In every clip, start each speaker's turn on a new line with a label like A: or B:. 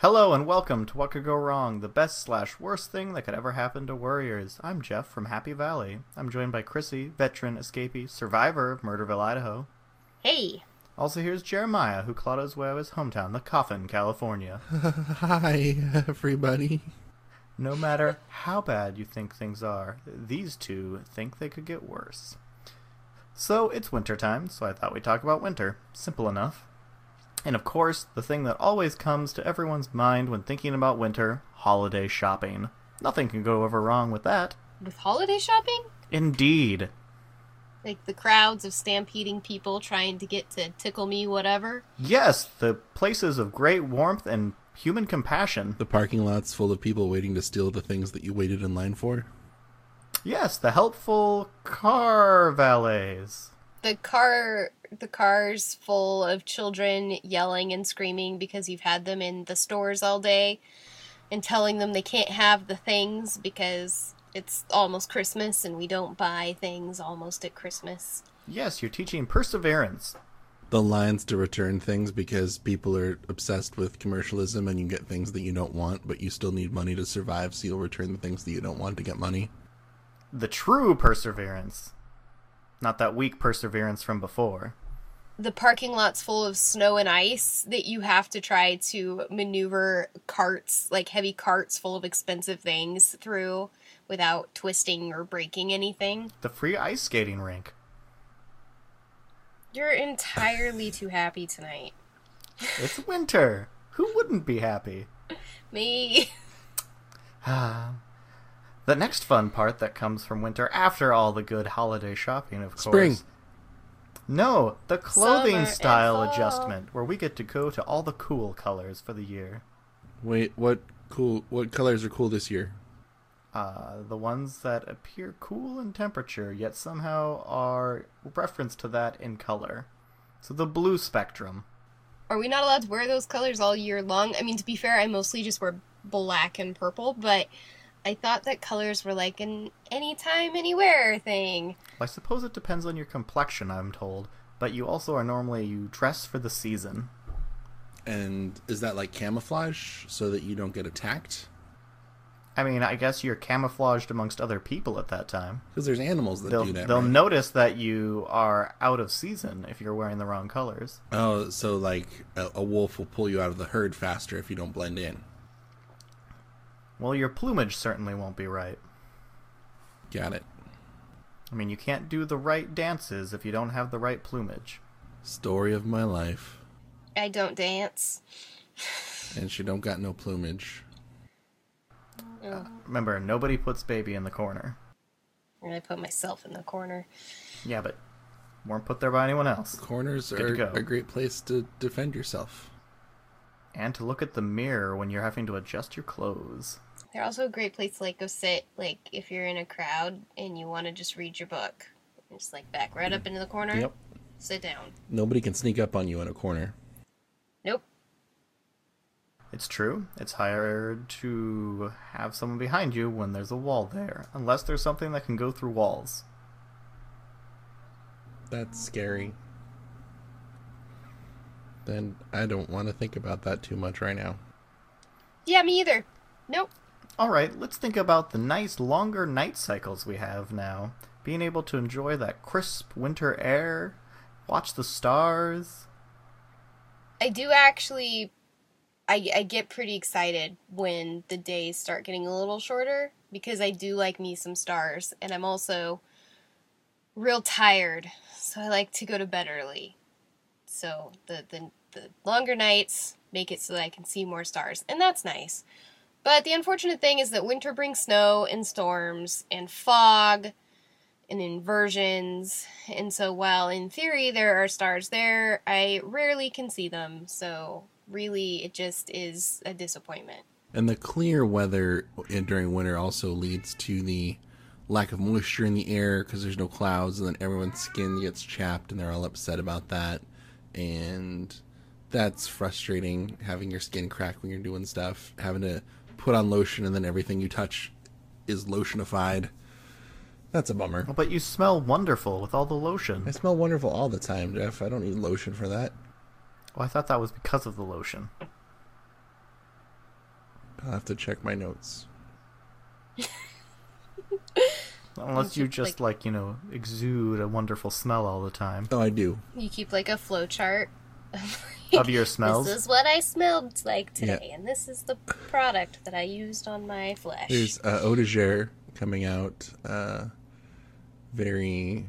A: Hello and welcome to What Could Go Wrong, the best slash worst thing that could ever happen to Warriors. I'm Jeff from Happy Valley. I'm joined by Chrissy, veteran escapee, survivor of Murderville, Idaho.
B: Hey.
A: Also, here's Jeremiah, who clawed his way out of his hometown, The Coffin, California.
C: Hi, everybody.
A: No matter how bad you think things are, these two think they could get worse. So, it's winter time, so I thought we'd talk about winter. Simple enough. And of course, the thing that always comes to everyone's mind when thinking about winter holiday shopping. Nothing can go ever wrong with that.
B: With holiday shopping?
A: Indeed.
B: Like the crowds of stampeding people trying to get to tickle me whatever?
A: Yes, the places of great warmth and human compassion.
C: The parking lot's full of people waiting to steal the things that you waited in line for.
A: Yes, the helpful car valets.
B: The car the cars full of children yelling and screaming because you've had them in the stores all day and telling them they can't have the things because it's almost Christmas and we don't buy things almost at Christmas.
A: Yes, you're teaching perseverance.
C: The lines to return things because people are obsessed with commercialism and you get things that you don't want, but you still need money to survive, so you'll return the things that you don't want to get money.
A: The true perseverance. Not that weak perseverance from before.
B: the parking lot's full of snow and ice that you have to try to maneuver carts, like heavy carts full of expensive things through without twisting or breaking anything.
A: The free ice skating rink.
B: You're entirely too happy tonight.
A: It's winter. Who wouldn't be happy?
B: Me.
A: The next fun part that comes from winter after all the good holiday shopping, of course.
C: Spring.
A: No, the clothing
B: Summer and
A: style
B: fall.
A: adjustment, where we get to go to all the cool colors for the year.
C: Wait, what cool? What colors are cool this year?
A: Uh, the ones that appear cool in temperature, yet somehow are referenced to that in color. So the blue spectrum.
B: Are we not allowed to wear those colors all year long? I mean, to be fair, I mostly just wear black and purple, but I thought that colors were like an anytime, anywhere thing.
A: I suppose it depends on your complexion, I'm told, but you also are normally you dress for the season.
C: And is that like camouflage so that you don't get attacked?
A: I mean, I guess you're camouflaged amongst other people at that time.
C: Because there's animals that
A: They'll
C: do that.
A: they'll
C: right?
A: notice that you are out of season if you're wearing the wrong colors.
C: Oh, so like a, a wolf will pull you out of the herd faster if you don't blend in.
A: Well, your plumage certainly won't be right.
C: Got it.
A: I mean, you can't do the right dances if you don't have the right plumage.
C: Story of my life.
B: I don't dance.
C: And she don't got no plumage.
A: Remember, nobody puts baby in the corner.
B: And I put myself in the corner.
A: Yeah, but weren't put there by anyone else.
C: Corners
A: Good to
C: are
A: go.
C: a great place to defend yourself.
A: And to look at the mirror when you're having to adjust your clothes.
B: They're also a great place to like go sit, like if you're in a crowd and you want to just read your book, just like back right up into the corner, sit down.
C: Nobody can sneak up on you in a corner.
B: Nope.
A: It's true. It's higher to have someone behind you when there's a wall there, unless there's something that can go through walls.
C: That's scary. Then I don't want to think about that too much right now.
B: Yeah, me either. Nope.
A: All right, let's think about the nice longer night cycles we have now. Being able to enjoy that crisp winter air, watch the stars.
B: I do actually. I, I get pretty excited when the days start getting a little shorter because I do like me some stars, and I'm also real tired, so I like to go to bed early. So the the, the longer nights make it so that I can see more stars, and that's nice. But the unfortunate thing is that winter brings snow and storms and fog and inversions. And so, while in theory there are stars there, I rarely can see them. So, really, it just is a disappointment.
C: And the clear weather in- during winter also leads to the lack of moisture in the air because there's no clouds, and then everyone's skin gets chapped, and they're all upset about that. And that's frustrating having your skin crack when you're doing stuff, having to put on lotion, and then everything you touch is lotionified. That's a bummer.
A: But you smell wonderful with all the lotion.
C: I smell wonderful all the time, Jeff. I don't need lotion for that.
A: Well, Oh, I thought that was because of the lotion.
C: I'll have to check my notes.
A: Unless you just like, you know, exude a wonderful smell all the time
C: Oh, I do.
B: You keep like a flow chart.
A: of your smells.
B: This is what I smelled like today,
C: Yeah.
B: and this is the product that I used on my flesh.
C: There's uh, Eau de Jair coming out uh, very,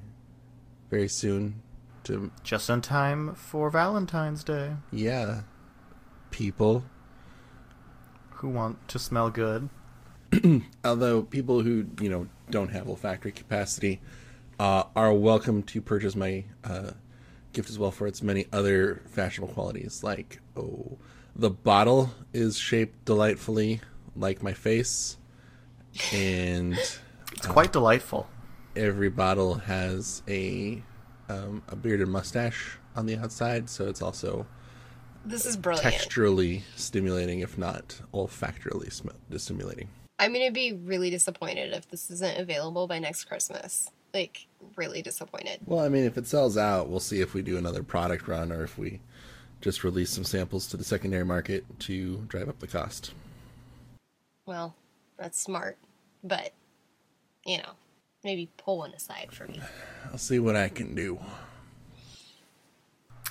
C: very soon. To
A: Just in time for Valentine's Day.
C: yeah, people.
A: Who want to smell good?
C: Although people who you know don't have olfactory capacity uh, are welcome to purchase my uh, gift as well for its many other fashionable qualities. Like oh, the bottle is shaped delightfully like my face, and.
A: It's quite delightful.
C: every bottle has a um, a bearded mustache on the outside, so it's also
B: this is brilliant.
C: texturally stimulating, if not olfactorily sm- stimulating.
B: I'm gonna be really disappointed if this isn't available by next Christmas. Like, really disappointed.
C: Well, I mean, if it sells out, we'll see if we do another product run or if we just release some samples to the secondary market to drive up the cost.
B: Well, that's smart, but you know, maybe pull one aside for me.
C: I'll see what I can do.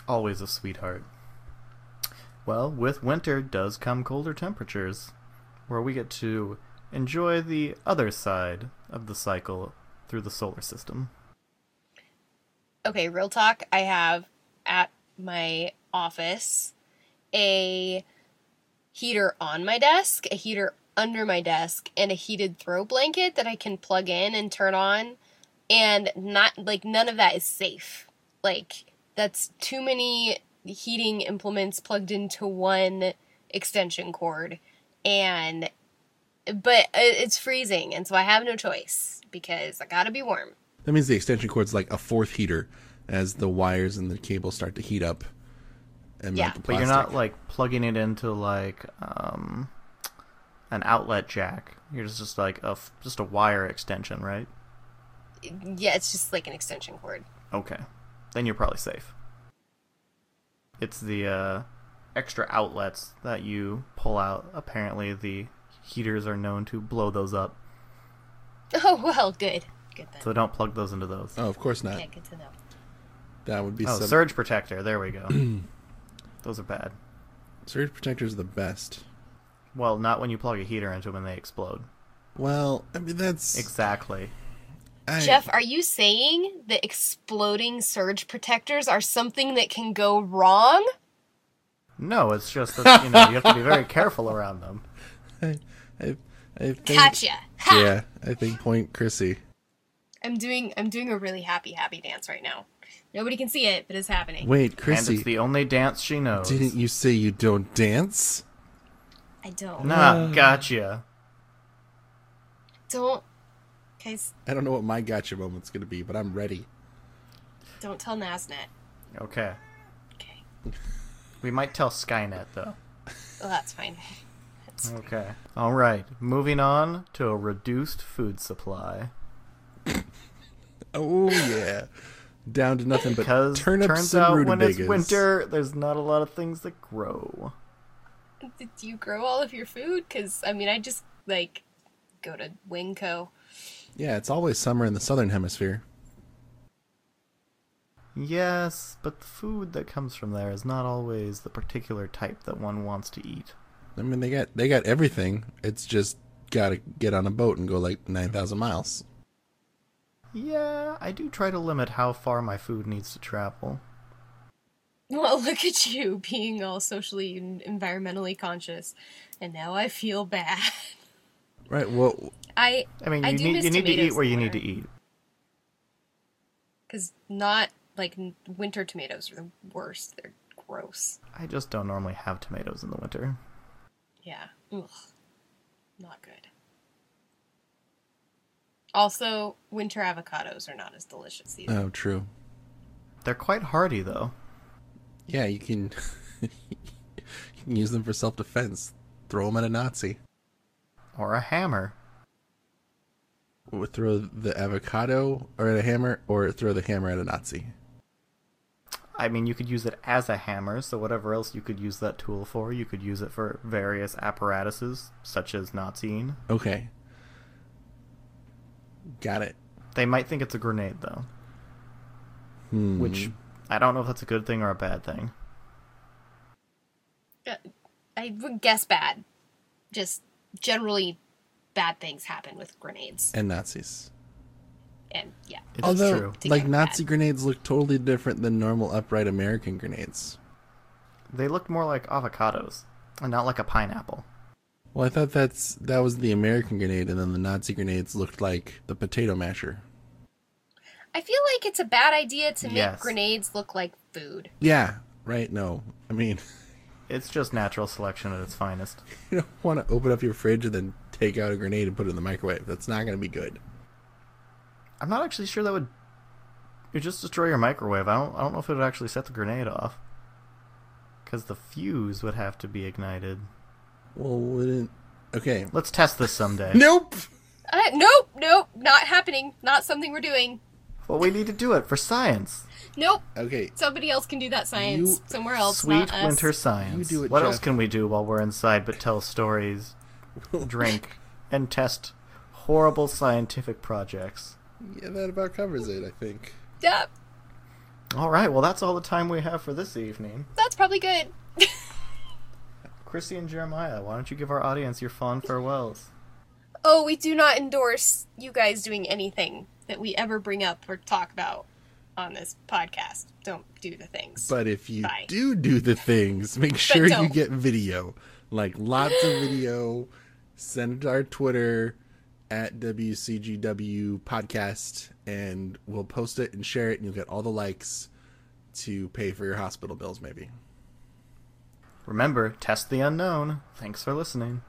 A: Always a sweetheart. Well, with winter does come colder temperatures, where we get to enjoy the other side of the cycle through the solar system.
B: Okay, real talk. I have at my office a heater on my desk, a heater under my desk, and a heated throw blanket that I can plug in and turn on. And not like none of that is safe. Like, that's too many heating implements plugged into one extension cord. And, but it- it's freezing. And so I have no choice because I gotta be warm.
C: That means the extension cord's like a fourth heater as the wires and the cable start to heat up and
B: Yeah.
C: melt the
A: But
C: plastic.
A: you're not like plugging it into like um, an outlet jack. You're just, just like a f- just a wire extension, right?
B: Yeah, it's just like an extension cord.
A: Okay. Then you're probably safe. It's the uh, extra outlets that you pull out. Apparently, the heaters are known to blow those up,
B: Oh well, good. Good then.
A: so don't plug those into those.
C: oh, of course not.
B: Yeah, good to know.
C: That would be
A: Oh,
C: some-
A: surge protector. There we go. those are bad.
C: Surge protectors are the best.
A: Well, not when you plug a heater into them and they explode.
C: Well, I mean that's
A: Exactly.
C: I,
B: Jeff, are you saying that exploding surge protectors are something that can go wrong?
A: No, it's just that you know you have to be very careful around them.
C: I, I, I think,
B: Gotcha. Ha!
C: Yeah, I think point Chrissy.
B: I'm doing I'm doing a really happy happy dance right now. Nobody can see it, but it's happening.
C: Wait,
A: And
C: Chrissy,
A: it's the only dance she knows.
C: didn't you say you don't dance?
B: I don't.
A: Nah, gotcha.
B: Don't guys,
C: I don't know what my gotcha moment's gonna be, but I'm ready.
B: don't tell Nasnet.
A: Okay.
B: Okay.
A: We might tell Skynet though.
B: Well that's fine. That's fine.
A: Okay. All right. Moving on to a reduced food supply
C: Oh yeah, down to nothing but
A: because
C: turnips
A: turns
C: and
A: out when
C: rutabagas.
A: it's winter, there's not a lot of things that grow.
B: Did you grow all of your food? Cause I mean I just like go to Winco.
C: Yeah, it's always summer in the southern hemisphere.
A: Yes, but the food that comes from there is not always the particular type that one wants to eat.
C: I mean, they got they got everything. It's just gotta get on a boat and go like nine thousand miles.
A: Yeah, I do try to limit how far my food needs to travel.
B: Well, look at you being all socially and environmentally conscious, and now I feel bad.
C: Right. Well,
B: I
A: I mean,
B: I
A: you
B: do
A: need
B: miss
A: you need to eat
B: tomatoes
A: where you
B: in the
A: need to
B: winter.
A: eat.
B: because not like n- winter tomatoes are the worst. They're gross.
A: I just don't normally have tomatoes in the winter.
B: Yeah. Ugh. Not good. Also, winter avocados are not as delicious either.
C: Oh, true.
A: They're quite hardy, though.
C: Yeah, you can, you can use them for self defense. Throw them at a Nazi.
A: Or a hammer.
C: Or throw the avocado or at a hammer, or throw the hammer at a Nazi.
A: I mean, you could use it as a hammer, so whatever else you could use that tool for, you could use it for various apparatuses, such as Naziing.
C: Okay. Got it.
A: They might think it's a grenade, though. Which, I don't know if that's a good thing or a bad thing.
B: I would guess bad. Just generally, bad things happen with grenades.
C: And Nazis.
B: And yeah,
A: It's
C: Although,
A: true.
B: To
C: like,
B: get
C: Nazi
B: that.
C: grenades look totally different than normal upright American grenades.
A: They looked more like avocados, and not like a pineapple.
C: Well, I thought that's that was the American grenade, and then the Nazi grenades looked like the potato masher.
B: I feel like it's a bad idea to make
A: Yes.
B: grenades look like food.
C: Yeah, right. No, I mean,
A: It's just natural selection at its finest.
C: you don't want to open up your fridge and then take out a grenade and put it in the microwave. That's not going to be good.
A: I'm not actually sure that would. You just destroy your microwave. I don't. I don't know if it would actually set the grenade off. Because the fuse would have to be ignited.
C: Well, wouldn't okay?
A: Let's test this someday.
C: Nope.
B: Uh, nope, nope, not happening. Not something we're doing.
A: Well, we need to do it for science.
B: Nope.
C: Okay,
B: Somebody else can do that science
C: You
B: somewhere else.
A: Sweet
B: not us.
A: winter science.
C: You do it,
A: what else
C: Jeff.
A: can we do while we're inside but tell stories, drink, and test horrible scientific projects?
C: yeah, that about covers it. I think.
B: Yep,
A: All right. Well, that's all the time we have for this evening.
B: that's probably good.
A: Chrissy and Jeremiah, why don't you give our audience your fond farewells?
B: Oh, we do not endorse you guys doing anything that we ever bring up or talk about on this podcast. Don't do the things.
C: But if you
B: Bye.
C: do do the things, make sure you
B: don't.
C: get video, like lots of video. Send it to our Twitter at WCGW Podcast, and we'll post it and share it, and you'll get all the likes to pay for your hospital bills, maybe.
A: Remember, test the unknown. Thanks for listening.